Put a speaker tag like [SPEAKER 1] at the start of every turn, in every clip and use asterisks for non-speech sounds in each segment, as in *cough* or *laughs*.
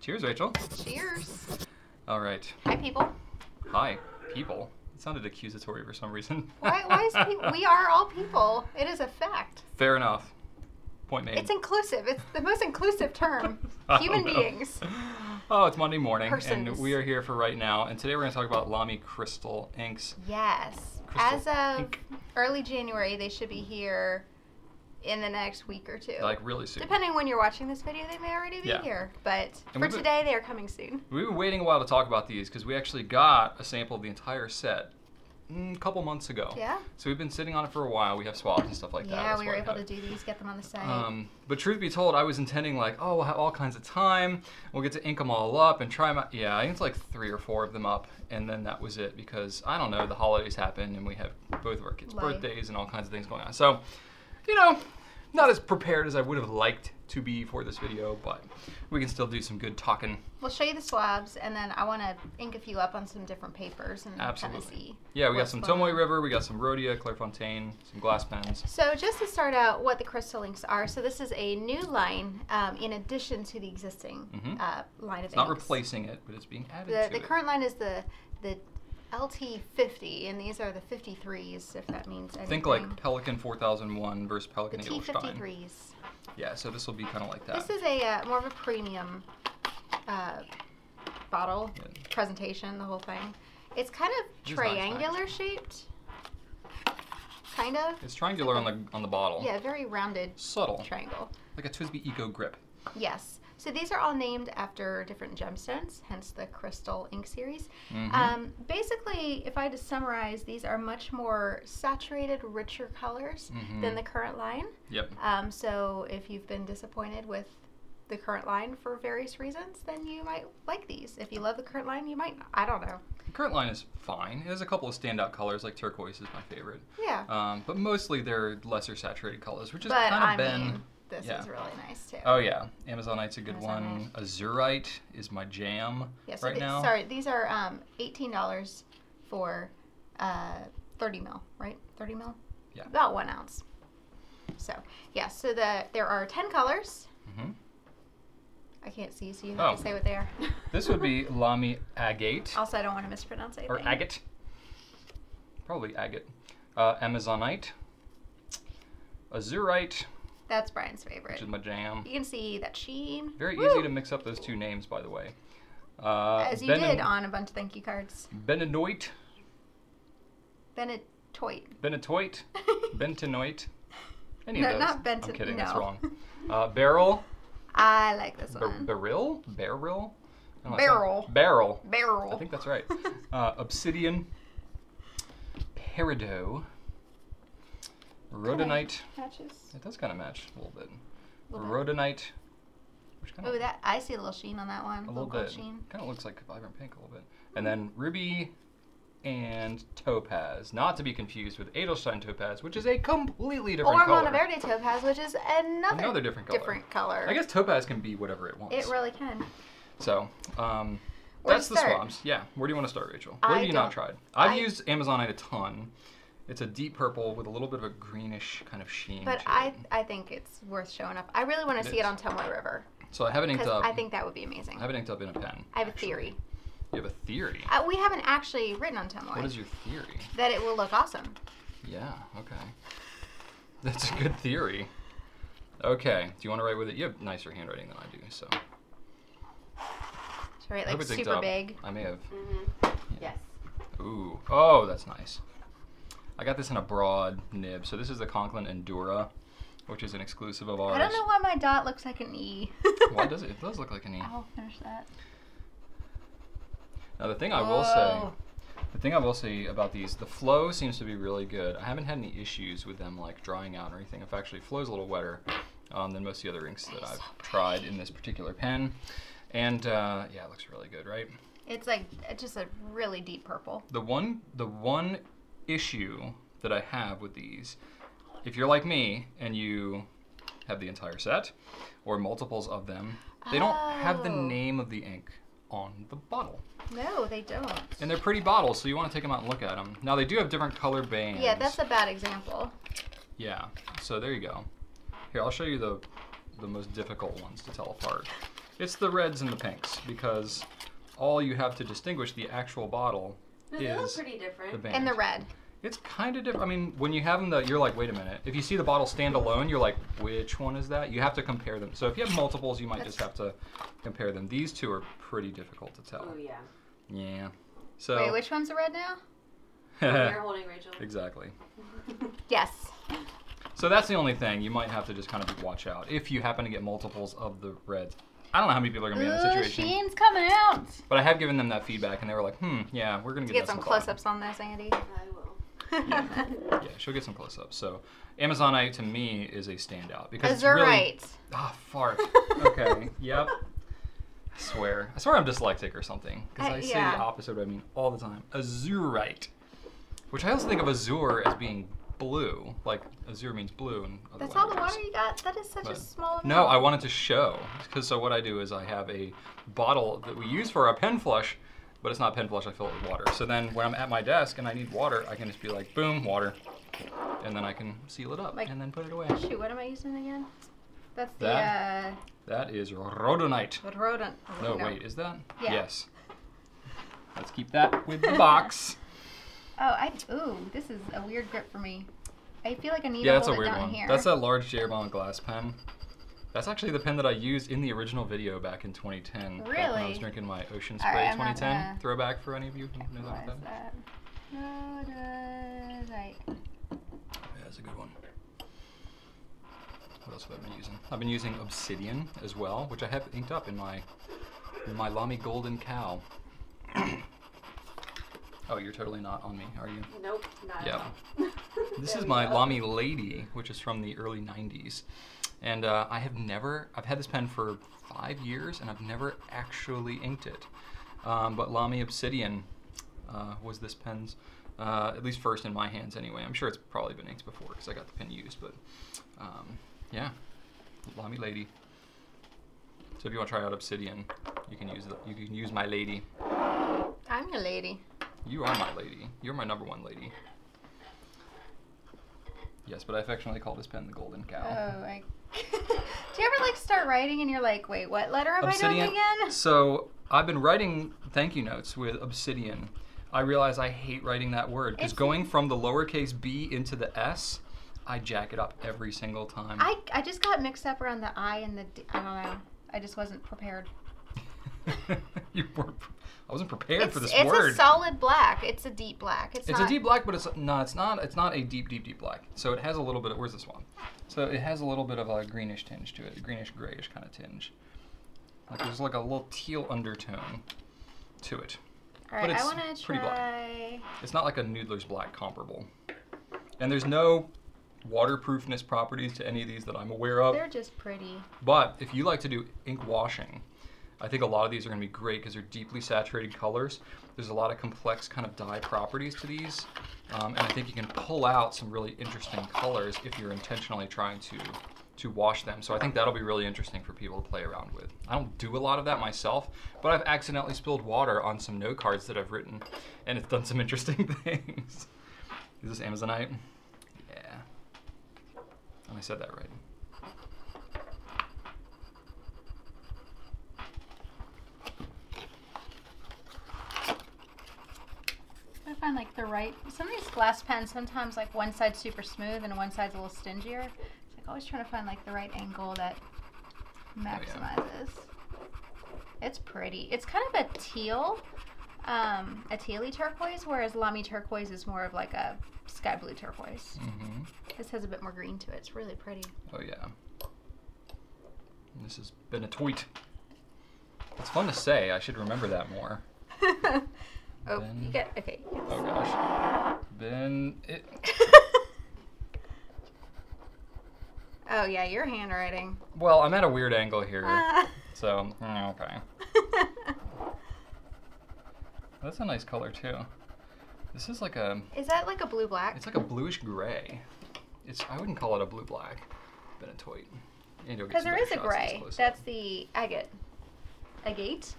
[SPEAKER 1] Cheers, Rachel.
[SPEAKER 2] Cheers.
[SPEAKER 1] All right.
[SPEAKER 2] Hi, people.
[SPEAKER 1] Hi, people. It sounded accusatory for some reason. *laughs*
[SPEAKER 2] Why, why is pe- we are all people? It is a fact.
[SPEAKER 1] Fair enough. Point made.
[SPEAKER 2] It's inclusive. It's the most inclusive term.
[SPEAKER 1] *laughs* I don't
[SPEAKER 2] Human
[SPEAKER 1] know.
[SPEAKER 2] beings.
[SPEAKER 1] Oh, it's Monday morning, and
[SPEAKER 2] Persons.
[SPEAKER 1] we are here for right now. And today we're going to talk about Lamy Crystal Inks.
[SPEAKER 2] Yes.
[SPEAKER 1] Crystal
[SPEAKER 2] As of
[SPEAKER 1] pink.
[SPEAKER 2] early January, they should be here in the next week or two.
[SPEAKER 1] Like really soon.
[SPEAKER 2] Depending when you're watching this video, they may already be
[SPEAKER 1] Yeah.
[SPEAKER 2] here. But
[SPEAKER 1] And
[SPEAKER 2] for
[SPEAKER 1] we've been-
[SPEAKER 2] today, they are coming soon.
[SPEAKER 1] We've been waiting a while to talk about these because we actually got a sample of the entire set mm, a couple months ago.
[SPEAKER 2] Yeah.
[SPEAKER 1] So we've been sitting on it for a while. We have swabs and stuff like that.
[SPEAKER 2] yeah,
[SPEAKER 1] That's
[SPEAKER 2] we
[SPEAKER 1] why
[SPEAKER 2] were
[SPEAKER 1] I
[SPEAKER 2] able
[SPEAKER 1] had
[SPEAKER 2] to
[SPEAKER 1] it.
[SPEAKER 2] do these, get them on the site.
[SPEAKER 1] Um, but truth be told, I was intending like, oh, we'll have all kinds of time. We'll get to ink them all up and try 'em out. Yeah, I inked like three or four of them up, and then that was it because I don't know. The holidays happen, and we have both of our kids'
[SPEAKER 2] Life.
[SPEAKER 1] birthdays and all kinds of things going on. So, you know, not as prepared as I would have liked to be for this video, but we can still do some good talking.
[SPEAKER 2] we'll show you the swabs, and then I want to ink a few up on some different papers and kind
[SPEAKER 1] Absolutely.
[SPEAKER 2] of see.
[SPEAKER 1] Yeah, we got
[SPEAKER 2] what's
[SPEAKER 1] some
[SPEAKER 2] going
[SPEAKER 1] Tomoe
[SPEAKER 2] on.
[SPEAKER 1] River, we got some Rhodia, Clairefontaine, some glass pens.
[SPEAKER 2] So just to start out, what the crystal inks are. So this is a new line um, in addition to the existing
[SPEAKER 1] Mhm.
[SPEAKER 2] uh, line of
[SPEAKER 1] It's not
[SPEAKER 2] inks.
[SPEAKER 1] replacing it, but it's being added
[SPEAKER 2] The,
[SPEAKER 1] to
[SPEAKER 2] the
[SPEAKER 1] it.
[SPEAKER 2] current line is the the LT50, and these are the 53s, if that means anything.
[SPEAKER 1] Think like Pelican 4001 versus
[SPEAKER 2] the
[SPEAKER 1] Pelican Edelstein.
[SPEAKER 2] T53s.
[SPEAKER 1] Yeah, so this will be kind of like that.
[SPEAKER 2] This is a uh, more of a premium uh, bottle
[SPEAKER 1] Yeah.
[SPEAKER 2] presentation, the whole thing. It's kind of
[SPEAKER 1] It is nice, nice.
[SPEAKER 2] triangular shaped, kind of.
[SPEAKER 1] It's triangular on the on the bottle.
[SPEAKER 2] Yeah, very rounded
[SPEAKER 1] Subtle,
[SPEAKER 2] triangle.
[SPEAKER 1] like a Twisby Eco Grip.
[SPEAKER 2] Yes. So these are all named after different gemstones, hence the crystal ink series.
[SPEAKER 1] Mhm.
[SPEAKER 2] Um, basically, if I had to summarize, these are much more saturated, richer colors than
[SPEAKER 1] Mhm.
[SPEAKER 2] the current line.
[SPEAKER 1] Yep.
[SPEAKER 2] Um, so if you've been disappointed with the current line for various reasons, then you might like these. If you love the current line, you might. Not. I don't know.
[SPEAKER 1] The current line is fine. It has a couple of standout colors, like turquoise is my favorite.
[SPEAKER 2] Yeah.
[SPEAKER 1] Um, but mostly they're lesser saturated colors, which has
[SPEAKER 2] but
[SPEAKER 1] kind of
[SPEAKER 2] I
[SPEAKER 1] been.
[SPEAKER 2] mean, this
[SPEAKER 1] yeah.
[SPEAKER 2] is really nice too.
[SPEAKER 1] Oh yeah, Amazonite's a good one.
[SPEAKER 2] Amazonite.
[SPEAKER 1] Azurite is my jam
[SPEAKER 2] yeah, so
[SPEAKER 1] right
[SPEAKER 2] the-
[SPEAKER 1] now.
[SPEAKER 2] Sorry, these are um, eighteen dollars for uh, thirty mil, right? Thirty mil.
[SPEAKER 1] Yeah.
[SPEAKER 2] About one ounce. So yeah, so the there are ten colors.
[SPEAKER 1] hmm
[SPEAKER 2] I can't see, so you have
[SPEAKER 1] Oh.
[SPEAKER 2] to say what they are. *laughs*
[SPEAKER 1] This would be Lamy Agate
[SPEAKER 2] also, I don't want to mispronounce anything.
[SPEAKER 1] or Agate, probably Agate. Uh, Amazonite, Azurite,
[SPEAKER 2] That's Brian's
[SPEAKER 1] which
[SPEAKER 2] favorite.
[SPEAKER 1] is my jam.
[SPEAKER 2] You can see that sheen.
[SPEAKER 1] Very
[SPEAKER 2] Woo!
[SPEAKER 1] easy to mix up those two names, by the way. Uh,
[SPEAKER 2] As you
[SPEAKER 1] Benen-
[SPEAKER 2] did on a bunch of thank you cards.
[SPEAKER 1] Benenoit,
[SPEAKER 2] Bennett Toit. *laughs*
[SPEAKER 1] Benetoit, Bentenoit. Any
[SPEAKER 2] No,
[SPEAKER 1] of those?
[SPEAKER 2] not Benton-
[SPEAKER 1] I'm kidding. That's
[SPEAKER 2] no.
[SPEAKER 1] wrong. Uh, barrel,
[SPEAKER 2] *laughs* I like this
[SPEAKER 1] bar-
[SPEAKER 2] one.
[SPEAKER 1] barrel, barrel, I don't know,
[SPEAKER 2] Barrel.
[SPEAKER 1] it's Oh, not- barrel.
[SPEAKER 2] Barrel.
[SPEAKER 1] I think that's
[SPEAKER 2] *laughs*
[SPEAKER 1] right. Uh, obsidian, peridot, rhodonite.
[SPEAKER 2] Matches.
[SPEAKER 1] It does kind of match a little bit.
[SPEAKER 2] Little bit.
[SPEAKER 1] Rhodonite, which kind of
[SPEAKER 2] Oh, that I see a little sheen on that one.
[SPEAKER 1] a little
[SPEAKER 2] gold
[SPEAKER 1] bit.
[SPEAKER 2] sheen.
[SPEAKER 1] Kind of looks like vibrant pink a little bit. And then ruby and topaz, not to be confused with Edelstein topaz, which is a completely different
[SPEAKER 2] Or
[SPEAKER 1] color.
[SPEAKER 2] Monteverde topaz, which is another,
[SPEAKER 1] Another different color.
[SPEAKER 2] different color.
[SPEAKER 1] I guess topaz can be whatever it wants.
[SPEAKER 2] it really can.
[SPEAKER 1] so, um,
[SPEAKER 2] Where to
[SPEAKER 1] that's the
[SPEAKER 2] start?
[SPEAKER 1] swabs. Yeah. Where do you want to start, Rachel? Where
[SPEAKER 2] I
[SPEAKER 1] have you not
[SPEAKER 2] don't-
[SPEAKER 1] tried? I've
[SPEAKER 2] I-
[SPEAKER 1] used Amazonite a ton. It's a deep purple with a little bit of a greenish kind of sheen.
[SPEAKER 2] But
[SPEAKER 1] to
[SPEAKER 2] I,
[SPEAKER 1] it.
[SPEAKER 2] I think it's worth showing up. I really want
[SPEAKER 1] It
[SPEAKER 2] to see it
[SPEAKER 1] is.
[SPEAKER 2] on Tomoe River
[SPEAKER 1] so I haven't inked
[SPEAKER 2] because
[SPEAKER 1] up.
[SPEAKER 2] I think that would be amazing.
[SPEAKER 1] I haven't inked up in a pen.
[SPEAKER 2] I have a
[SPEAKER 1] actually.
[SPEAKER 2] theory.
[SPEAKER 1] You have a theory.
[SPEAKER 2] Uh, we haven't actually written on Tomoe
[SPEAKER 1] What is your theory?
[SPEAKER 2] that it will look awesome.
[SPEAKER 1] Yeah, okay. That's a good theory. Okay, do you want to write with it? You have nicer handwriting than I do, so. I
[SPEAKER 2] Should I write
[SPEAKER 1] hope
[SPEAKER 2] like
[SPEAKER 1] it's inked
[SPEAKER 2] super
[SPEAKER 1] up.
[SPEAKER 2] big?
[SPEAKER 1] I may have.
[SPEAKER 2] Yes.
[SPEAKER 1] Ooh, oh, that's nice. I got this in a broad nib, so this is the Conklin Endura, which is an exclusive of ours.
[SPEAKER 2] I don't know why my dot looks like an E.
[SPEAKER 1] *laughs* Why does it? It does look like an E.
[SPEAKER 2] *laughs* I'll finish that.
[SPEAKER 1] Now the thing I will say, the thing I will say about these, the flow seems to be really good. I haven't had any issues with them like drying out or anything. If actually, flow's a little wetter um, than most of the other inks that
[SPEAKER 2] That is
[SPEAKER 1] I've
[SPEAKER 2] so
[SPEAKER 1] tried
[SPEAKER 2] pretty.
[SPEAKER 1] in this particular pen. And uh, yeah, it looks really good, right?
[SPEAKER 2] It's like it's just a really deep purple.
[SPEAKER 1] The one, the one issue that I have with these, if you're like me and you have the entire set or multiples of them, they don't have the
[SPEAKER 2] Oh.
[SPEAKER 1] name of the ink on the bottle.
[SPEAKER 2] No, they don't.
[SPEAKER 1] And they're pretty bottles, so you want to take them out and look at them. Now they do have different color bands.
[SPEAKER 2] Yeah, that's a bad example.
[SPEAKER 1] yeah. So there you go. Here, I'll show you the the most difficult ones to tell apart. It's the reds and the pinks because all you have to distinguish the actual bottle
[SPEAKER 3] But they look
[SPEAKER 1] is
[SPEAKER 3] pretty different.
[SPEAKER 1] the band.
[SPEAKER 2] And the red.
[SPEAKER 1] It's kind of different. I mean, when you have them, that you're like, wait a minute. If you see the bottle stand alone, you're like, which one is that? You have to compare them. So if you have multiples, you might just have to compare them. These two are pretty difficult to tell.
[SPEAKER 3] Oh
[SPEAKER 1] *laughs*
[SPEAKER 3] yeah.
[SPEAKER 1] Yeah. So
[SPEAKER 2] Wait, which one's the red now?
[SPEAKER 1] *laughs*
[SPEAKER 3] You're holding Rachel.
[SPEAKER 1] exactly.
[SPEAKER 2] Yes.
[SPEAKER 1] So that's the only thing you might have to just kind of watch out if you happen to get multiples of the reds. I don't know how many people are gonna be in
[SPEAKER 2] Ooh,
[SPEAKER 1] that situation,
[SPEAKER 2] Sheen's coming out.
[SPEAKER 1] but I have given them that feedback, and they were like, "Hmm, yeah, we're gonna
[SPEAKER 2] To
[SPEAKER 1] get,
[SPEAKER 2] get
[SPEAKER 1] that
[SPEAKER 2] some
[SPEAKER 1] spot.
[SPEAKER 2] close ups on this,
[SPEAKER 1] *laughs*
[SPEAKER 2] Andy.
[SPEAKER 3] I will.
[SPEAKER 1] Yeah, she'll get some close-ups. So, Amazonite to me is a standout because it's really
[SPEAKER 2] Azurite.
[SPEAKER 1] Ah,
[SPEAKER 2] *laughs*
[SPEAKER 1] fart. okay. Yep. I swear. I swear I'm dyslexic or something. Because
[SPEAKER 2] Uh,
[SPEAKER 1] I say
[SPEAKER 2] yeah.
[SPEAKER 1] the opposite of what I mean all the time. Azurite. Which I also think of azure as being blue. Like, azure means blue and other
[SPEAKER 2] That's all the
[SPEAKER 1] languages.
[SPEAKER 2] water you got? That is such a
[SPEAKER 1] But-
[SPEAKER 2] small amount.
[SPEAKER 1] No, I wanted to show. Because so what I do is I have a bottle that we use for our pen flush, but it's not pen flush. I fill it with water. So then when I'm at my desk and I need water, I can just be like, boom, water, and then I can seal it up
[SPEAKER 2] Like-
[SPEAKER 1] and then put it away.
[SPEAKER 2] Shoot, what am I using again? That's the
[SPEAKER 1] That? That is rhodonite.
[SPEAKER 2] uh, rodent.
[SPEAKER 1] No, wait, is that?
[SPEAKER 2] Yeah.
[SPEAKER 1] Yes. Let's keep that with the
[SPEAKER 2] *laughs*
[SPEAKER 1] box.
[SPEAKER 2] Oh, I. Ooh, this is a weird grip for me. I feel like I need
[SPEAKER 1] yeah,
[SPEAKER 2] to
[SPEAKER 1] that's a
[SPEAKER 2] hold it
[SPEAKER 1] weird
[SPEAKER 2] down
[SPEAKER 1] one.
[SPEAKER 2] here.
[SPEAKER 1] That's that large Jeroboam glass pen. That's actually the pen that I used in the original video back in 2010. back When I
[SPEAKER 2] Really?
[SPEAKER 1] was drinking my Ocean
[SPEAKER 2] All
[SPEAKER 1] Spray
[SPEAKER 2] right, I'm not
[SPEAKER 1] 2010
[SPEAKER 2] gonna-
[SPEAKER 1] throwback for any of you who know that.
[SPEAKER 2] What is that? Rodonite.
[SPEAKER 1] Yeah, that's a good one. What else have I been using? I've been using Obsidian as well, which I have inked up in my in my Lamy Golden Cow. *coughs* oh, you're totally not on me, are you?
[SPEAKER 3] Nope. Not at
[SPEAKER 1] Yeah.
[SPEAKER 3] all. *laughs*
[SPEAKER 1] This
[SPEAKER 3] There
[SPEAKER 1] is
[SPEAKER 3] we
[SPEAKER 1] my
[SPEAKER 3] go.
[SPEAKER 1] Lamy Lady, which is from the early 90s. And uh, I have never, I've had this pen for five years and I've never actually inked it. Um, but Lamy Obsidian uh, was this pen's, uh, at least first in my hands anyway. I'm sure it's probably been inked before because I got the pen used, but um, yeah, Lamy Lady. So if you want to try out Obsidian, you can use the, you can use my lady.
[SPEAKER 2] I'm your lady.
[SPEAKER 1] You are my lady. You're my number one lady. Yes, but I affectionately call this pen the Golden Cow.
[SPEAKER 2] Oh, I. *laughs* Do you ever like start writing and you're like, wait, what letter am I doing again?
[SPEAKER 1] So I've been writing thank you notes with obsidian. I realize I hate writing that word because
[SPEAKER 2] It's-
[SPEAKER 1] going from the lowercase b into the s, I jack it up every single time.
[SPEAKER 2] I, I just got mixed up around the I and the D. I don't know. I just wasn't prepared.
[SPEAKER 1] *laughs* you weren't. pre- I wasn't prepared
[SPEAKER 2] It's,
[SPEAKER 1] for this
[SPEAKER 2] it's
[SPEAKER 1] word.
[SPEAKER 2] a solid black. It's a deep black. It's,
[SPEAKER 1] It's
[SPEAKER 2] not,
[SPEAKER 1] a deep black, but it's no, it's not. It's not a deep, deep, deep black. So it has a little bit. Of, where's this one? So it has a little bit of a greenish tinge to it, a greenish grayish kind of tinge. Like there's like a little teal undertone to it.
[SPEAKER 2] All right,
[SPEAKER 1] but it's
[SPEAKER 2] I want to
[SPEAKER 1] pretty black.
[SPEAKER 2] try.
[SPEAKER 1] It's not like a Noodler's Black comparable. And there's no waterproofness properties to any of these that I'm aware of.
[SPEAKER 2] They're just pretty.
[SPEAKER 1] But if you like to do ink washing, I think a lot of these are going to be great because they're deeply saturated colors. There's a lot of complex kind of dye properties to these, um, and I think you can pull out some really interesting colors if you're intentionally trying to to wash them. So I think that'll be really interesting for people to play around with. I don't do a lot of that myself, but I've accidentally spilled water on some note cards that I've written, and it's done some *laughs* interesting things. Is this Amazonite? Yeah. And I said that right.
[SPEAKER 2] I find like the right. Some of these glass pens, sometimes like one side's super smooth and one side's a little stingier. It's like always trying to find like the right angle that maximizes. It's pretty. It's kind of a teal, um, a tealy turquoise, whereas Lamy turquoise is more of like a sky blue turquoise.
[SPEAKER 1] Mm-hmm.
[SPEAKER 2] This has a bit more green to it. It's really pretty. *laughs*
[SPEAKER 1] Oh yeah. And This has been a tweet. It's fun to say. I should remember that more.
[SPEAKER 2] oh, you
[SPEAKER 1] Then-
[SPEAKER 2] get okay.
[SPEAKER 1] Oh gosh. Been it.
[SPEAKER 2] *laughs* oh yeah, your handwriting.
[SPEAKER 1] Well, I'm at a weird angle here,
[SPEAKER 2] Ah. *laughs*
[SPEAKER 1] so mm, okay. That's a nice color too. This is like a.
[SPEAKER 2] *laughs* Is that like a blue black?
[SPEAKER 1] It's like a bluish gray. It's. I wouldn't call it a blue black. Benetoit.
[SPEAKER 2] Because there is a gray. That's the agate. Agate.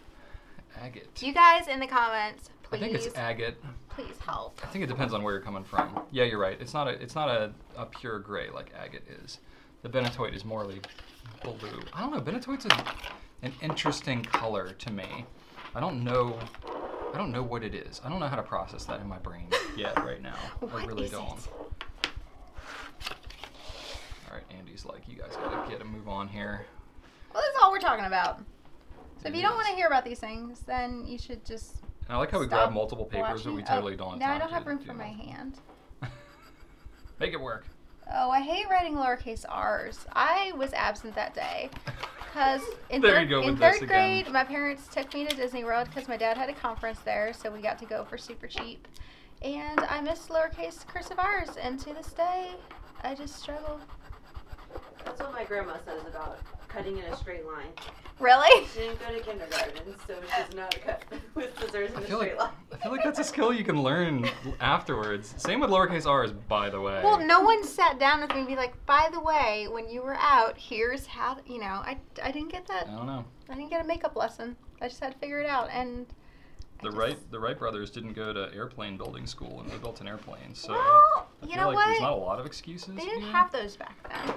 [SPEAKER 1] agate.
[SPEAKER 2] You guys in the comments,
[SPEAKER 1] I
[SPEAKER 2] please,
[SPEAKER 1] think it's agate.
[SPEAKER 2] please help.
[SPEAKER 1] *laughs* I think it depends on where you're coming from. Yeah, you're right. It's not a it's not a, a pure gray like agate is. The Benetoid is more like blue. I don't know. Benetoid's a an interesting color to me. I don't know. I don't know what it is. I don't know how to process that in my brain yet, right
[SPEAKER 2] *laughs*
[SPEAKER 1] now. I
[SPEAKER 2] What
[SPEAKER 1] really
[SPEAKER 2] is
[SPEAKER 1] don't.
[SPEAKER 2] it?
[SPEAKER 1] All right, Andy's like, you guys gotta get a move on here.
[SPEAKER 2] Well, that's all we're talking about. So if you don't
[SPEAKER 1] Yes.
[SPEAKER 2] want to hear about these things, then you should just.
[SPEAKER 1] And I like how we
[SPEAKER 2] stop
[SPEAKER 1] grab multiple papers, but
[SPEAKER 2] watching-
[SPEAKER 1] we
[SPEAKER 2] oh,
[SPEAKER 1] totally don't. have
[SPEAKER 2] Now I
[SPEAKER 1] time
[SPEAKER 2] don't
[SPEAKER 1] to
[SPEAKER 2] have room
[SPEAKER 1] do
[SPEAKER 2] for
[SPEAKER 1] that.
[SPEAKER 2] my hand.
[SPEAKER 1] *laughs* Make it
[SPEAKER 2] *laughs*
[SPEAKER 1] work.
[SPEAKER 2] Oh, I hate writing lowercase r's. I was absent that day because in
[SPEAKER 1] There
[SPEAKER 2] third,
[SPEAKER 1] you go
[SPEAKER 2] in
[SPEAKER 1] with
[SPEAKER 2] third
[SPEAKER 1] this again.
[SPEAKER 2] grade, my parents took me to Disney World because my dad had a conference there, so we got to go for super cheap. And I missed lowercase cursive r's, and to this day, I just struggle.
[SPEAKER 3] That's what my grandma says about cutting in a straight line.
[SPEAKER 2] Really?
[SPEAKER 3] She didn't go to kindergarten, so she's not a cut *laughs* with scissors in
[SPEAKER 1] I
[SPEAKER 3] a
[SPEAKER 1] feel
[SPEAKER 3] straight
[SPEAKER 1] like
[SPEAKER 3] line. *laughs*
[SPEAKER 1] I feel like that's a skill you can learn afterwards. Same with lowercase r's, by the way.
[SPEAKER 2] Well, no one sat down with me and be like, by the way, when you were out, here's how, you know, I, I didn't get
[SPEAKER 1] I
[SPEAKER 2] that.
[SPEAKER 1] don't know.
[SPEAKER 2] I didn't get a makeup lesson. I just had to figure it out. And I
[SPEAKER 1] The
[SPEAKER 2] just-
[SPEAKER 1] Wright the Wright brothers didn't go to airplane building school, and they built an airplane. So
[SPEAKER 2] well,
[SPEAKER 1] I
[SPEAKER 2] you
[SPEAKER 1] feel
[SPEAKER 2] know
[SPEAKER 1] like there's not a
[SPEAKER 2] what?
[SPEAKER 1] lot of excuses.
[SPEAKER 2] They didn't
[SPEAKER 1] here.
[SPEAKER 2] have those back then.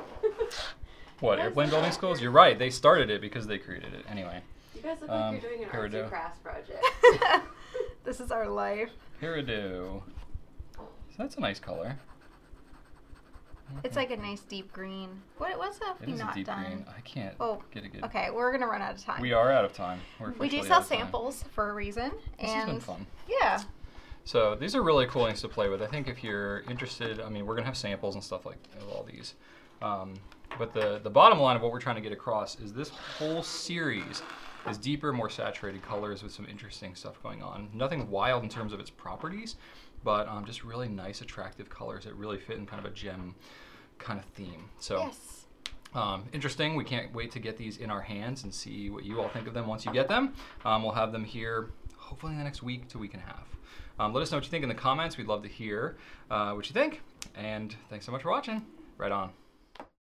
[SPEAKER 1] what
[SPEAKER 3] Yes.
[SPEAKER 1] airplane building schools? You're right. They started it because they created it. Anyway,
[SPEAKER 3] you guys look
[SPEAKER 1] Um,
[SPEAKER 3] like you're doing an
[SPEAKER 1] here we
[SPEAKER 3] arts
[SPEAKER 1] go.
[SPEAKER 3] and crafts
[SPEAKER 1] *laughs*
[SPEAKER 3] project.
[SPEAKER 2] *laughs* this is our life.
[SPEAKER 1] peridot. So that's a nice color.
[SPEAKER 2] It's like a nice deep green. What was that
[SPEAKER 1] It
[SPEAKER 2] we
[SPEAKER 1] is a
[SPEAKER 2] not
[SPEAKER 1] deep
[SPEAKER 2] done?
[SPEAKER 1] green. I can't
[SPEAKER 2] Oh,
[SPEAKER 1] get a good.
[SPEAKER 2] Okay, we're gonna run out of time.
[SPEAKER 1] We are out of time. We're
[SPEAKER 2] We do
[SPEAKER 1] officially
[SPEAKER 2] sell
[SPEAKER 1] out of time.
[SPEAKER 2] samples for a reason,
[SPEAKER 1] This
[SPEAKER 2] and
[SPEAKER 1] has been fun.
[SPEAKER 2] yeah,
[SPEAKER 1] So these are really cool things to play with. I think if you're interested, I mean, we're gonna have samples and stuff like of all these. Um, but the the bottom line of what we're trying to get across is this whole series is deeper, more saturated colors with some interesting stuff going on. Nothing wild in terms of its properties, but um, just really nice, attractive colors that really fit in kind of a gem kind of theme. So
[SPEAKER 2] yes.
[SPEAKER 1] um, interesting. We can't wait to get these in our hands and see what you all think of them once you get them. Um, we'll have them here hopefully in the next week to week and a half. Um, let us know what you think in the comments. We'd love to hear uh, what you think. And thanks so much for watching. Right on.